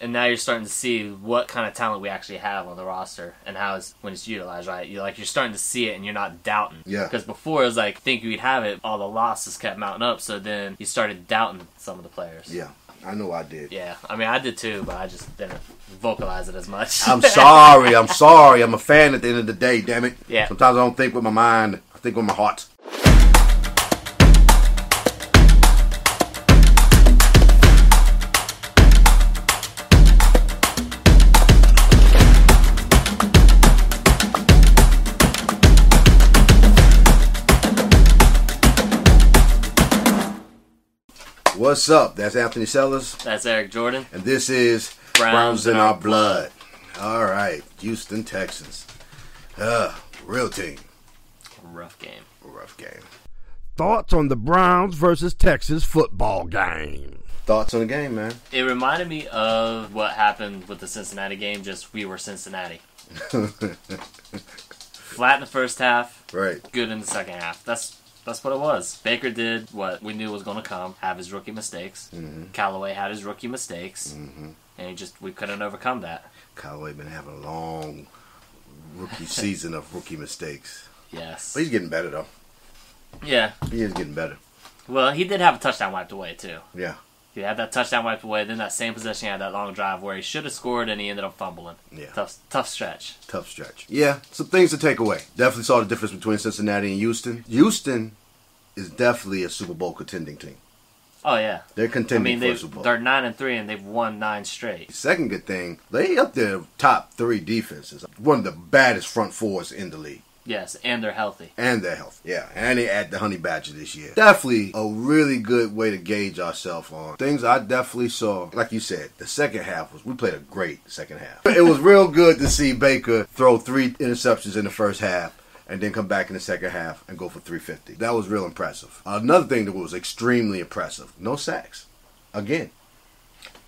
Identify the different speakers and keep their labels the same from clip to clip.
Speaker 1: and now you're starting to see what kind of talent we actually have on the roster and how it's when it's utilized, right? You like you're starting to see it and you're not doubting.
Speaker 2: Yeah.
Speaker 1: Because before it was like think we'd have it, all the losses kept mounting up, so then you started doubting some of the players.
Speaker 2: Yeah, I know I did.
Speaker 1: Yeah, I mean I did too, but I just didn't vocalize it as much.
Speaker 2: I'm sorry. I'm sorry. I'm a fan at the end of the day. Damn it.
Speaker 1: Yeah.
Speaker 2: Sometimes I don't think with my mind. I think with my heart. What's up? That's Anthony Sellers,
Speaker 1: That's Eric Jordan.
Speaker 2: and this is
Speaker 1: Browns
Speaker 2: Browns in
Speaker 1: in
Speaker 2: Our Blood. All right, Houston Texans. Uh, real team.
Speaker 1: Rough game.
Speaker 2: Rough game.
Speaker 3: Thoughts on the Browns versus Texas football game.
Speaker 2: Thoughts on the game, man?
Speaker 1: It reminded me of what happened with the Cincinnati game, just we were Cincinnati. Flat in the first half,
Speaker 2: Right.
Speaker 1: good in the second half. That's that's what it was. Baker did what we knew was going to come. Have his rookie mistakes.
Speaker 2: Mm-hmm.
Speaker 1: Callaway had his rookie mistakes, and he just we couldn't overcome that.
Speaker 2: Callaway been having a long rookie season of rookie mistakes.
Speaker 1: Yes.
Speaker 2: But he's getting better though.
Speaker 1: Yeah.
Speaker 2: He is getting better.
Speaker 1: Well, he did have a touchdown wiped away too.
Speaker 2: Yeah.
Speaker 1: He had that touchdown wiped away. Then that same possession he had that long drive where he should have scored and he ended up fumbling.
Speaker 2: Yeah.
Speaker 1: Tough tough stretch.
Speaker 2: Tough stretch. Yeah. Some things to take away. Definitely saw the difference between Cincinnati and Houston. Houston is definitely a Super Bowl contending team.
Speaker 1: Oh yeah.
Speaker 2: They're
Speaker 1: I
Speaker 2: contending
Speaker 1: mean
Speaker 2: for
Speaker 1: they
Speaker 2: a Super Bowl.
Speaker 1: they're nine and three and they've won nine straight.
Speaker 2: Second good thing, they up there top three defenses. One of the baddest front fours in the league.
Speaker 1: Yes, and they're healthy.
Speaker 2: and their health. Yeah, and they add the honey badger this year. Definitely a really good way to gauge ourselves on things. I definitely saw, like you said, the second half was we played a great second half. it was real good to see Baker throw three interceptions in the first half. And then come back in the second half and go for 350. That was real impressive. Another thing that was extremely impressive no sacks. Again,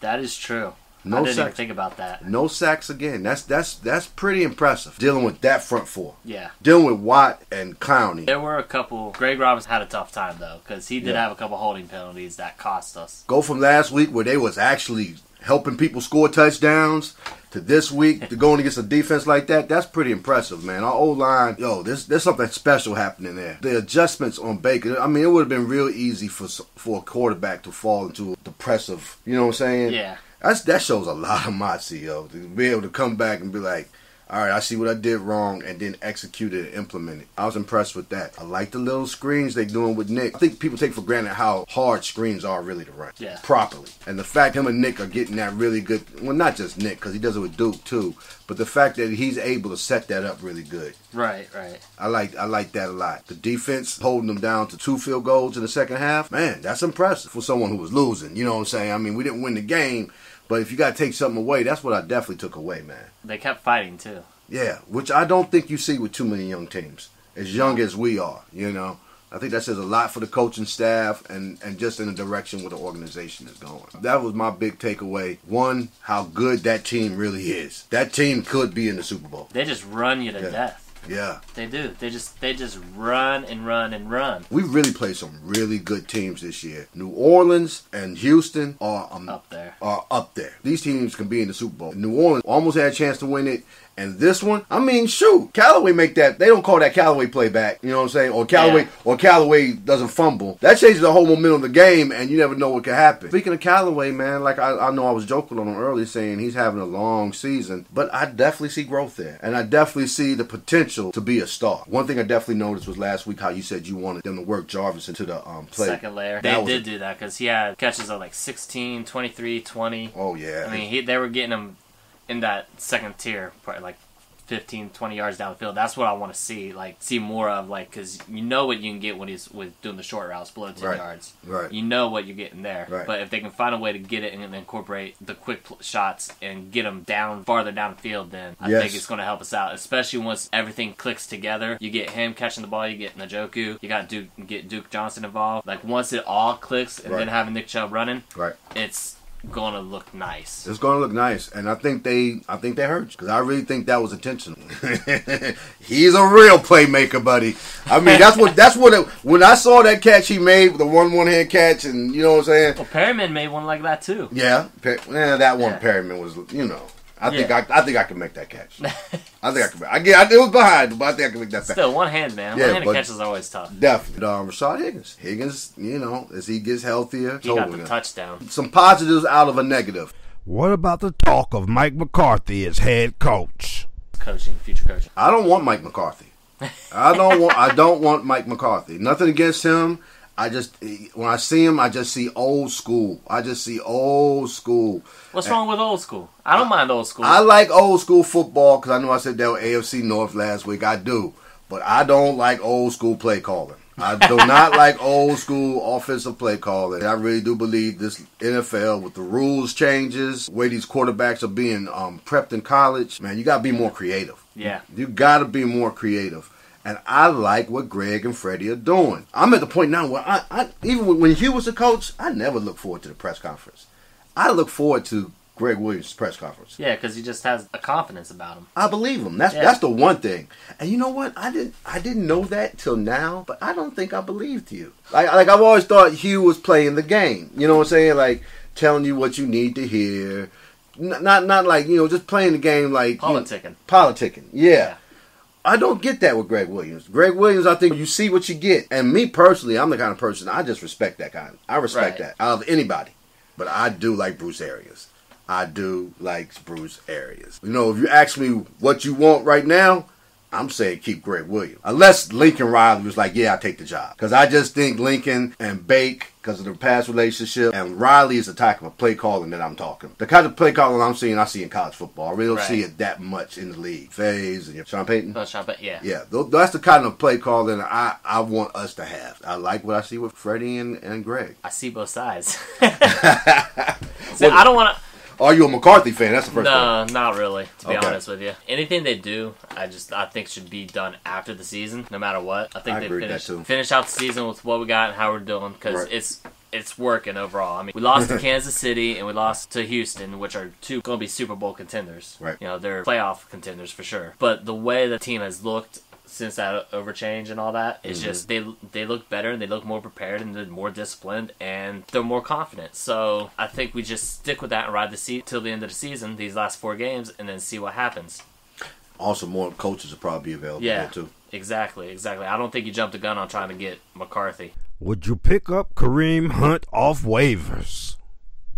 Speaker 1: That is true.
Speaker 2: No
Speaker 1: I didn't even
Speaker 2: sex.
Speaker 1: think about that.
Speaker 2: no sacks again. That's that's that's pretty impressive. Dealing with that front four.
Speaker 1: Yeah.
Speaker 2: Dealing with Watt and Clowney.
Speaker 1: There were a couple. Greg Robbins had a tough time though, because he did
Speaker 2: Yeah.
Speaker 1: have a couple holding penalties that cost us.
Speaker 2: go from last week where they was actually helping people score touchdowns to this week to going against a defense like that. That's pretty impressive, man. Our old line, yo, there's there's something special happening there. The adjustments on Baker. I mean, it would have been real easy for s- for a quarterback to fall into a depressive. You know what I'm saying?
Speaker 1: Yeah.
Speaker 2: That's that shows a lot of moxie, yo. To be able to come back and be like. All right, I see what I did wrong, and then execute it and implement it. I was impressed with that. I like the little screens they doing with Nick. I think people take for granted how hard screens are really to run
Speaker 1: Yeah.
Speaker 2: properly. And the fact him and Nick are getting that really good, well, not just Nick, because he does it with Duke too, but the fact that he's able to set that up really good.
Speaker 1: Right, right.
Speaker 2: I like I like that a lot. The defense holding them down to two field goals in the second half, man, that's impressive for someone who was losing. You know what I'm saying? I mean, we didn't win the game, but if you got to take something away, that's what I definitely took away, man.
Speaker 1: They kept fighting too.
Speaker 2: Yeah, which I don't think you see with too many young teams, as young as we are. You know, I think that says a lot for the coaching staff and and just in the direction where the organization is going. That was my big takeaway. One, how good that team really is. That team could be in the Super Bowl.
Speaker 1: They just run you to
Speaker 2: Yeah.
Speaker 1: death.
Speaker 2: Yeah,
Speaker 1: They do. They just they just run and run and run
Speaker 2: we really played some really good teams this year. New Orleans and Houston are um,
Speaker 1: up there.
Speaker 2: are up there. These teams can be in the Super Bowl. New Orleans almost had a chance to win it. And this one, I mean, shoot, Callaway make that. They don't call that Callaway playback. You know what I'm saying? Or Callaway,
Speaker 1: Yeah.
Speaker 2: or Callaway doesn't fumble. That changes the whole momentum of the game, and you never know what could happen. Speaking of Callaway, man, like I, I know I was joking on him earlier, saying he's having a long season, but I definitely see growth there, and I definitely see the potential to be a star. One thing I definitely noticed was last week how you said you wanted them to work Jarvis into the um, play.
Speaker 1: Second layer.
Speaker 2: That
Speaker 1: They
Speaker 2: was
Speaker 1: did
Speaker 2: a-
Speaker 1: do that because he had catches of like 16, 23, 20.
Speaker 2: Oh yeah,
Speaker 1: I mean, he, they were getting him in that second tier, probably like 15, 20 yards downfield. That's what I want to see, like see more of, like because you know what you can get when he's with doing the short routes below ten
Speaker 2: Right.
Speaker 1: yards.
Speaker 2: Right.
Speaker 1: You know what you're getting there.
Speaker 2: Right.
Speaker 1: But if they can find a way to get it and incorporate the quick pl- shots and get them down farther downfield, then I
Speaker 2: Yes.
Speaker 1: think it's going to help us out, especially once everything clicks together. You get him catching the ball, you get Najoku, you got Duke, get Duke Johnson involved. Like once it all clicks, and
Speaker 2: Right.
Speaker 1: then having Nick Chubb running,
Speaker 2: right.
Speaker 1: it's gonna look nice.
Speaker 2: It's gonna look nice, and I think they, I think they hurt you because I really think that was intentional. He's a real playmaker, buddy. I mean, that's what that's what it, when I saw that catch he made with the one one hand catch, and you know what I'm saying?
Speaker 1: Well, Perryman made one like that too.
Speaker 2: Yeah, per, yeah that one
Speaker 1: Yeah.
Speaker 2: Perryman was, you know, I think
Speaker 1: Yeah.
Speaker 2: I, I think I can make that catch. I think I can. I get, I, it was behind, but I think I can make that catch.
Speaker 1: Still, one hand, man.
Speaker 2: Yeah,
Speaker 1: one handed
Speaker 2: but-
Speaker 1: catch is always tough.
Speaker 2: Definitely, um, Rashad Higgins. Higgins, you know, as he gets healthier,
Speaker 1: He got
Speaker 2: totally.
Speaker 1: the touchdown.
Speaker 2: some positives out of a negative.
Speaker 3: What about the talk of Mike McCarthy as head coach?
Speaker 1: Coaching, future coaching.
Speaker 2: I don't want Mike McCarthy. I don't want. I don't want Mike McCarthy. Nothing against him. I just when I see him, I just see old school. I just see old school.
Speaker 1: What's wrong with old school? I don't mind old school.
Speaker 2: I like old school football because I know I said that with AFC North last week. I do, but I don't like old school play calling. I do not like old school offensive play calling. I really do believe this NFL with the rules changes, way these quarterbacks are being um, prepped in college. Man, you got to be more creative.
Speaker 1: yeah.
Speaker 2: You got to be more creative. And I like what Greg and Freddie are doing. I'm at the point now where I, I even when- when Hugh was the coach, I never look forward to the press conference. I look forward to Greg Williams' press conference.
Speaker 1: Yeah, because he just has a confidence about him.
Speaker 2: I believe him. That's
Speaker 1: Yeah.
Speaker 2: that's the one thing. And you know what? I didn't I didn't know that till now, but I don't think I believed you. Like like I've always thought Hugh was playing the game. You know what I'm saying? Like telling you what you need to hear. N- not not like you know just playing the game like you-
Speaker 1: Politicking.
Speaker 2: politicking. Yeah.
Speaker 1: Yeah.
Speaker 2: I don't get that with Greg Williams. Greg Williams, I think you see what you get. And me personally, I'm the kind of person I just respect that kind. I respect
Speaker 1: Right.
Speaker 2: that out of anybody. But I do like Bruce Arians. I do like Bruce Arians. You know, if you ask me what you want right now, I'm saying keep Greg Williams. Unless Lincoln Riley was like, yeah, I take the job. Because I just think Lincoln and Bake, because of their past relationship, and Riley is the type of play calling that I'm talking. The kind of play calling I'm seeing, I see in college football. I really don't
Speaker 1: Right.
Speaker 2: see it that much in the league. Faze and Sean Payton.
Speaker 1: Don't shop, but yeah.
Speaker 2: Yeah, tho- that's the kind of play calling I, I want us to have. I like what I see with Freddie and, and Greg.
Speaker 1: I see both sides. See, I don't want
Speaker 2: Are you a McCarthy fan? That's the
Speaker 1: to.
Speaker 2: first
Speaker 1: No, not really. To be
Speaker 2: Okay.
Speaker 1: honest with you, anything they do, I just I think should be done after the season, no matter what. I think
Speaker 2: I
Speaker 1: they
Speaker 2: agree with that
Speaker 1: finish
Speaker 2: too.
Speaker 1: finish out the season with what we got and how we're doing because
Speaker 2: Right.
Speaker 1: it's it's working overall. I mean, we lost to Kansas City and we lost to Houston, which are two going to be Super Bowl contenders.
Speaker 2: Right.
Speaker 1: You know, they're playoff contenders for sure. But the way the team has looked since that overchange and all that, it's
Speaker 2: Mm-hmm.
Speaker 1: just they they look better and they look more prepared and they're more disciplined and they're more confident. So I think we just stick with that and ride the seat till the end of the season, these last four games, and then see what happens.
Speaker 2: one. Also, more coaches will probably be available
Speaker 1: Yeah.
Speaker 2: there too.
Speaker 1: Exactly, exactly. I don't think you jumped the gun on trying to get McCarthy.
Speaker 3: Would you pick up Kareem Hunt off waivers?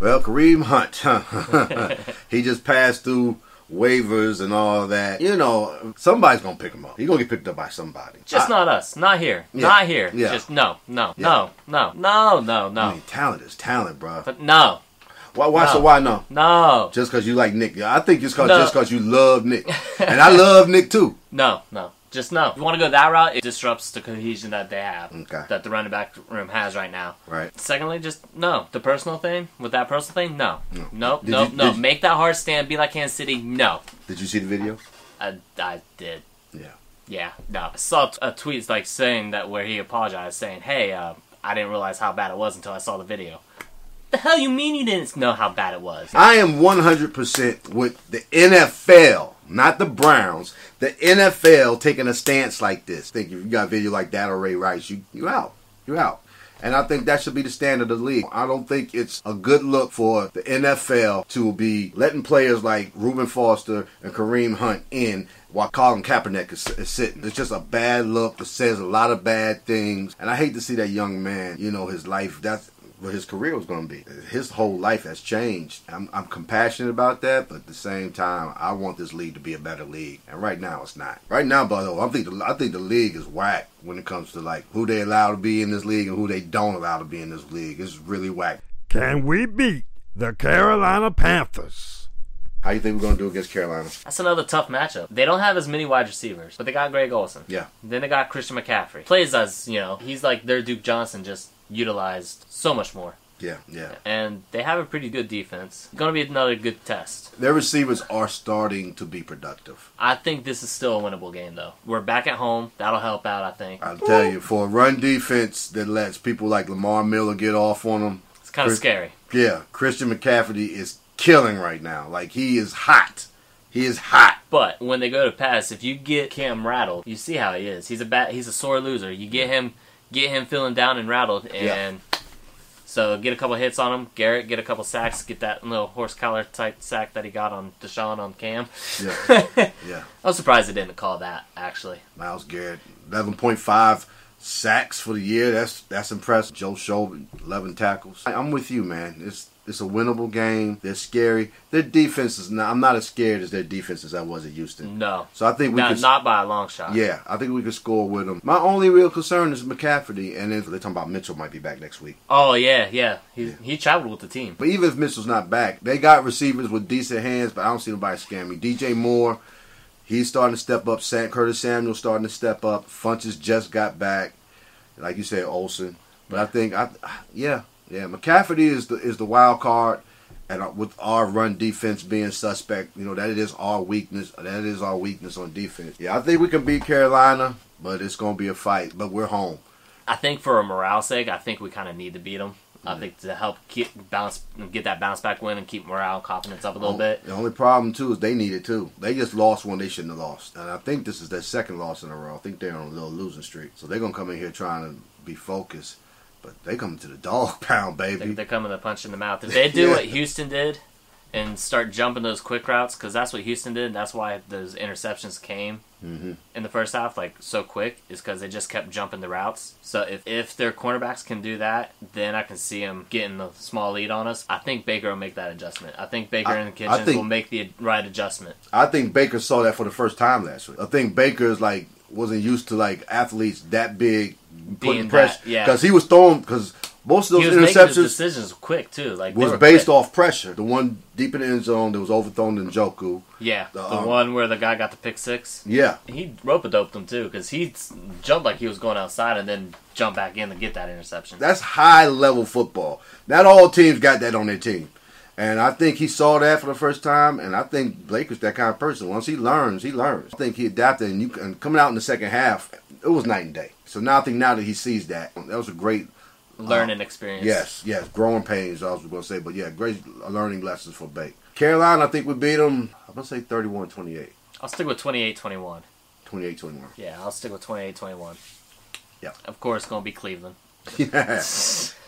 Speaker 2: Well, Kareem Hunt, huh? he just passed through waivers and all that. You know, somebody's gonna pick him up. He's gonna get picked up by somebody.
Speaker 1: Just
Speaker 2: I-
Speaker 1: not us. Not here.
Speaker 2: Yeah.
Speaker 1: Not here.
Speaker 2: Yeah.
Speaker 1: Just no, no,
Speaker 2: Yeah.
Speaker 1: no, no, no, no,
Speaker 2: I
Speaker 1: no.
Speaker 2: mean, talent is talent, bro.
Speaker 1: But no,
Speaker 2: Why? Why? So
Speaker 1: no.
Speaker 2: why no?
Speaker 1: no,
Speaker 2: Just because you like Nick, Yeah, I think it's cause,
Speaker 1: No.
Speaker 2: just because you love Nick, and I love Nick too.
Speaker 1: no, no. Just no. If you want to go that route, it disrupts the cohesion that they have,
Speaker 2: Okay.
Speaker 1: that the running back room has right now.
Speaker 2: Right?
Speaker 1: Secondly, just no. The personal thing with that personal thing, no, no, nope,
Speaker 2: Did
Speaker 1: nope,
Speaker 2: you-
Speaker 1: no.
Speaker 2: did you-
Speaker 1: Make that hard stand. Be like Kansas City. No,
Speaker 2: Did you see the video?
Speaker 1: I, I did.
Speaker 2: Yeah.
Speaker 1: Yeah, no. I saw t- a tweet like saying that where he apologized, saying, "Hey, uh, I didn't realize how bad it was until I saw the video." The hell you mean you didn't know how bad it was?
Speaker 2: I am 100% with the NFL, not the Browns. The NFL taking a stance like this. Think if you got a video like that or Ray Rice, you you out. You're out. And I think that should be the standard of the league. I don't think it's a good look for the NFL to be letting players like Reuben Foster and Kareem Hunt in while Colin Kaepernick is, is sitting. It's just a bad look. It says a lot of bad things. And I hate to see that young man, you know, his life, that's what his career was going to be. His whole life has changed. I'm, I'm compassionate about that, but at the same time, I want this league to be a better league. And right now, it's not. Right now, by the way, I think the, I think the league is whack when it comes to like who they allow to be in this league and who they don't allow to be in this league. It's really whack.
Speaker 3: Can we beat the Carolina Panthers?
Speaker 2: How you think we're going to do against Carolina?
Speaker 1: That's another tough matchup. They don't have as many wide receivers, but they got Greg Olson.
Speaker 2: Yeah.
Speaker 1: Then they got Christian McCaffrey. Plays as, you know, he's like their Duke Johnson, just utilized so much more.
Speaker 2: Yeah, yeah.
Speaker 1: And they have a pretty good defense. Gonna be another good test.
Speaker 2: Their receivers are starting to be productive.
Speaker 1: I think this is still a winnable game, though. We're back at home. That'll help out, I think.
Speaker 2: I'll tell you, for a run defense that lets people like Lamar Miller get off on them,
Speaker 1: It's kind of
Speaker 2: Chris-
Speaker 1: scary.
Speaker 2: Yeah, Christian McCafferty is killing right now. Like he is hot. He is hot.
Speaker 1: But when they go to pass, if you get Cam rattled, you see how he is. He's a bat. He's a sore loser. You get him, get him feeling down and rattled, and so get a couple hits on him. Garrett get a couple sacks. Get that little horse collar type sack that he got on Deshaun on Cam.
Speaker 2: Yeah, yeah.
Speaker 1: I was surprised they didn't call that actually.
Speaker 2: Miles Garrett, eleven point five sacks for the year. That's that's impressive. Joe Schobert, eleven tackles. I, I'm with you, man. It's it's a winnable game. They're scary. Their defense is not. I'm not as scared as their defense as I was at Houston.
Speaker 1: No,
Speaker 2: So I think we
Speaker 1: not,
Speaker 2: could.
Speaker 1: not by a long shot.
Speaker 2: yeah, I think we could score with them. My only real concern is McCafferty, and then they're talking about Mitchell might be back next week.
Speaker 1: Oh yeah, yeah. He he traveled with the team.
Speaker 2: But even if Mitchell's not back, they got receivers with decent hands, but I don't see nobody scamming. DJ Moore, he's starting to step up. Sam, Curtis Samuel starting to step up. Funches just got back. Like you said, Olsen. But I think, I yeah, yeah. McCafferty is the is the wild card. And uh, with our run defense being suspect, you know that it is our weakness. That is our weakness on defense. Yeah, I think we can beat Carolina, but it's gonna be a fight. But we're home.
Speaker 1: I think for a morale sake, I think we kind of need to beat them. I think to help keep bounce, get that bounce back win, and keep morale and confidence up a little bit.
Speaker 2: The only problem too is they need it too. They just lost one they shouldn't have lost, and I think this is their second loss in a row. I think they're on a little losing streak, so they're gonna come in here trying to be focused, but they coming to the dog pound,
Speaker 1: They,
Speaker 2: baby.
Speaker 1: they're coming to punch in the mouth. If they do
Speaker 2: Mm. Yeah.
Speaker 1: what Houston did and start jumping those quick routes, because that's what Houston did. That's why those interceptions came
Speaker 2: Mm-hmm.
Speaker 1: in the first half, like so quick, is because they just kept jumping the routes. So if if their cornerbacks can do that, then I can see them getting a small lead on us. I think Baker will make that adjustment. I think Baker
Speaker 2: I-
Speaker 1: and
Speaker 2: I
Speaker 1: Kitchens
Speaker 2: think-
Speaker 1: will make the right adjustment.
Speaker 2: I think Baker saw that for the first time last week. I think Baker's like wasn't used to like athletes that big putting
Speaker 1: Being
Speaker 2: pressure
Speaker 1: that- yeah.
Speaker 2: because he was throwing because most of
Speaker 1: he
Speaker 2: those
Speaker 1: was making his
Speaker 2: interceptions
Speaker 1: decisions quick too. Like they
Speaker 2: was
Speaker 1: were
Speaker 2: based
Speaker 1: quick.
Speaker 2: off pressure. The one deep in the end zone that was overthrown in Joku.
Speaker 1: Yeah,
Speaker 2: the,
Speaker 1: the,
Speaker 2: um,
Speaker 1: one where the guy got the pick six.
Speaker 2: Yeah,
Speaker 1: He rope a doped him too because he s- jumped like he was going outside and then jumped back in to get that interception.
Speaker 2: That's high level football. Not all teams got that on their team. And I think he saw that for the first time. And I think Blake is that kind of person. Once he learns, he learns. I think he adapted. And, you, and coming out in the second half, it was night and day. So now I think now that he sees that, that was a great,
Speaker 1: Learning experience.
Speaker 2: uh, yes, yes, growing pains, I was going to say. But yeah, great learning lessons for Blake. Carolina, I think we beat them, I'm going to say 31 28.
Speaker 1: I'll stick with 28-21.
Speaker 2: 28 21.
Speaker 1: Yeah, I'll stick with 28-21.
Speaker 2: Yeah.
Speaker 1: Of course, going to be Cleveland.
Speaker 2: Yeah.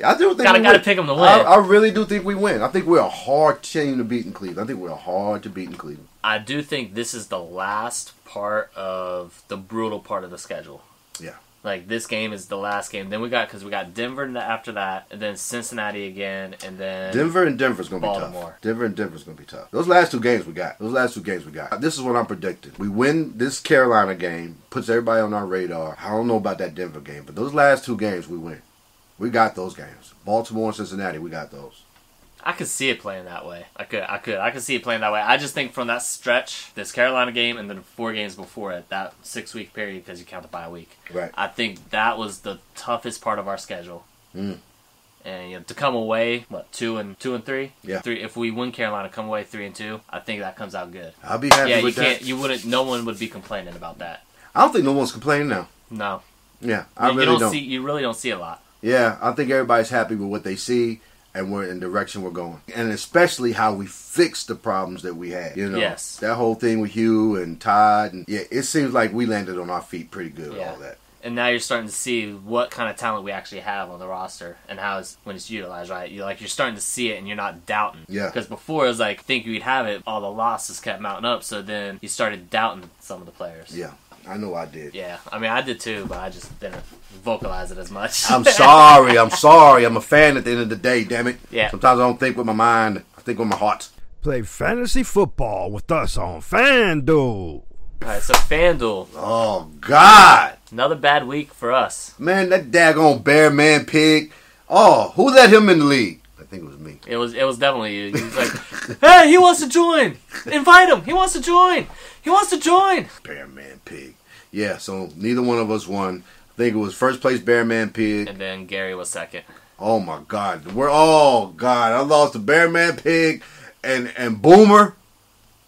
Speaker 2: I do think
Speaker 1: Gotta-
Speaker 2: we
Speaker 1: gotta
Speaker 2: win.
Speaker 1: pick 'em to win.
Speaker 2: I, I really do think we win. I think we're a hard team to beat in Cleveland. I think we're hard to beat in Cleveland.
Speaker 1: I do think this is the last part of the brutal part of the schedule.
Speaker 2: Yeah.
Speaker 1: Like this game is the last game. Then we got because we got Denver after that, and then Cincinnati again, and then
Speaker 2: Denver and Denver's gonna be
Speaker 1: Baltimore.
Speaker 2: tough. Denver and Denver's gonna be tough. Those last two games we got. Those last two games we got. This is what I'm predicting. We win this Carolina game, puts everybody on our radar. I don't know about that Denver game, but those last two games we win. We got those games. Baltimore and Cincinnati, we got those.
Speaker 1: I could see it playing that way. I could, I could, I could see it playing that way. I just think from that stretch, this Carolina game and then the four games before it, that six week period because you count the bye week.
Speaker 2: Right.
Speaker 1: I think that was the toughest part of our schedule.
Speaker 2: Mm.
Speaker 1: And you know, to come away what two and two and three,
Speaker 2: Yeah.
Speaker 1: three. If we win Carolina, come away three and two. I think that comes out good.
Speaker 2: I'll be happy
Speaker 1: Yeah, you
Speaker 2: with that.
Speaker 1: can't. You wouldn't. No one would be complaining about that.
Speaker 2: I don't think no one's complaining now.
Speaker 1: No,
Speaker 2: Yeah. I
Speaker 1: you,
Speaker 2: really
Speaker 1: you don't,
Speaker 2: don't.
Speaker 1: see. You really don't see a lot.
Speaker 2: Yeah, I think everybody's happy with what they see and we're in the direction we're going. And especially how we fix the problems that we had. You know.
Speaker 1: Yes.
Speaker 2: That whole thing with Hugh and Todd and yeah, it seems like we landed on our feet pretty good with
Speaker 1: Yeah.
Speaker 2: all that.
Speaker 1: and now you're starting to see what kind of talent we actually have on the roster and how it's when it's utilized right you like you're starting to see it and you're not doubting
Speaker 2: Yeah.
Speaker 1: because before it was like think you'd have it all the losses kept mounting up so then you started doubting some of the players
Speaker 2: Yeah. I know I did.
Speaker 1: yeah i mean i did too but i just didn't vocalize it as much
Speaker 2: I'm sorry, I'm sorry. I'm a fan at the end of the day, damn it.
Speaker 1: Yeah.
Speaker 2: Sometimes I don't think with my mind, I think with my heart.
Speaker 3: Play fantasy football with us on FanDuel.
Speaker 1: all right so fanduel
Speaker 2: Oh God.
Speaker 1: another bad week for us
Speaker 2: Man, that daggone bear man pig. Oh, who let him in the league? I think it was me.
Speaker 1: it was it was definitely you He was like hey he wants to join invite him he wants to join he wants to join
Speaker 2: Bear Man Pig. Yeah, so neither one of us won. I think it was first place Bear Man Pig.
Speaker 1: and then gary was second
Speaker 2: Oh my God, we're all God. I lost to Bear Man Pig and and Boomer.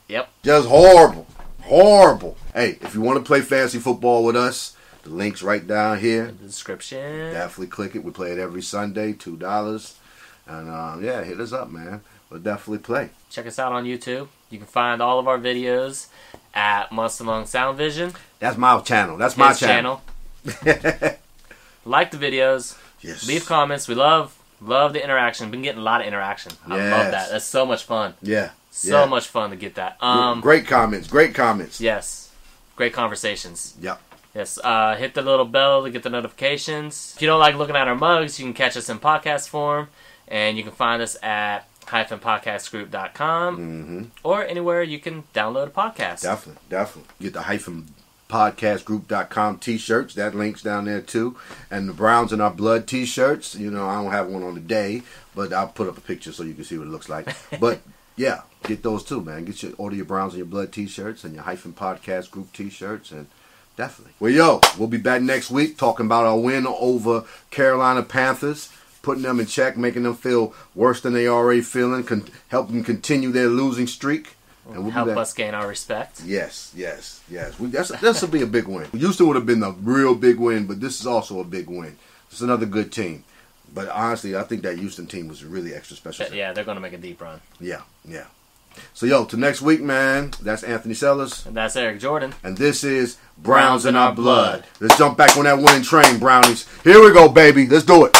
Speaker 1: yep
Speaker 2: Just horrible, horrible. Hey, if you want to play fantasy football with us, the link's right down here.
Speaker 1: description
Speaker 2: Definitely click it. We play it every Sunday, two dollars. And um, yeah, hit us up, man. We'll definitely play.
Speaker 1: Check us out on YouTube. You can find all of our videos at Mustalong Sound Vision.
Speaker 2: That's my channel. That's my
Speaker 1: his
Speaker 2: channel.
Speaker 1: like the videos.
Speaker 2: Yes.
Speaker 1: Leave comments. We love love the interaction. Been getting a lot of interaction. I love
Speaker 2: Yes.
Speaker 1: that. That's so much fun.
Speaker 2: Yeah.
Speaker 1: So
Speaker 2: yeah.
Speaker 1: much fun to get that. Um
Speaker 2: great comments. Great comments.
Speaker 1: yes. Great conversations.
Speaker 2: Yep.
Speaker 1: Yes. Uh hit the little bell to get the notifications. If you don't like looking at our mugs, you can catch us in podcast form and you can find us at hyphen podcastgroup.com or anywhere you can download a podcast.
Speaker 2: Mm-hmm. Definitely, definitely. Get the hyphen podcastgroup.com t-shirts that links down there too and the browns in our blood t-shirts you know i don't have one on today but i'll put up a picture so you can see what it looks like but yeah get those too man get your order your browns and your blood t-shirts and your hyphen podcast group t-shirts and definitely well yo we'll be back next week talking about our win over carolina panthers putting them in check making them feel worse than they already feeling con- help them continue their losing streak and we'll
Speaker 1: Help us gain our respect.
Speaker 2: Yes, yes, yes. We, that's this will be a big win. Houston would have been a real big win, but this is also a big win. It's another good team. But honestly, I think that Houston team was really extra special.
Speaker 1: Yeah, they're going to make a deep run.
Speaker 2: yeah, yeah. So yo, till next week, man. That's Anthony Sellers,
Speaker 1: And that's Eric Jordan.
Speaker 2: and this is Browns in Our Blood. Let's jump back on that winning train, Brownies. Here we go, baby. Let's do it.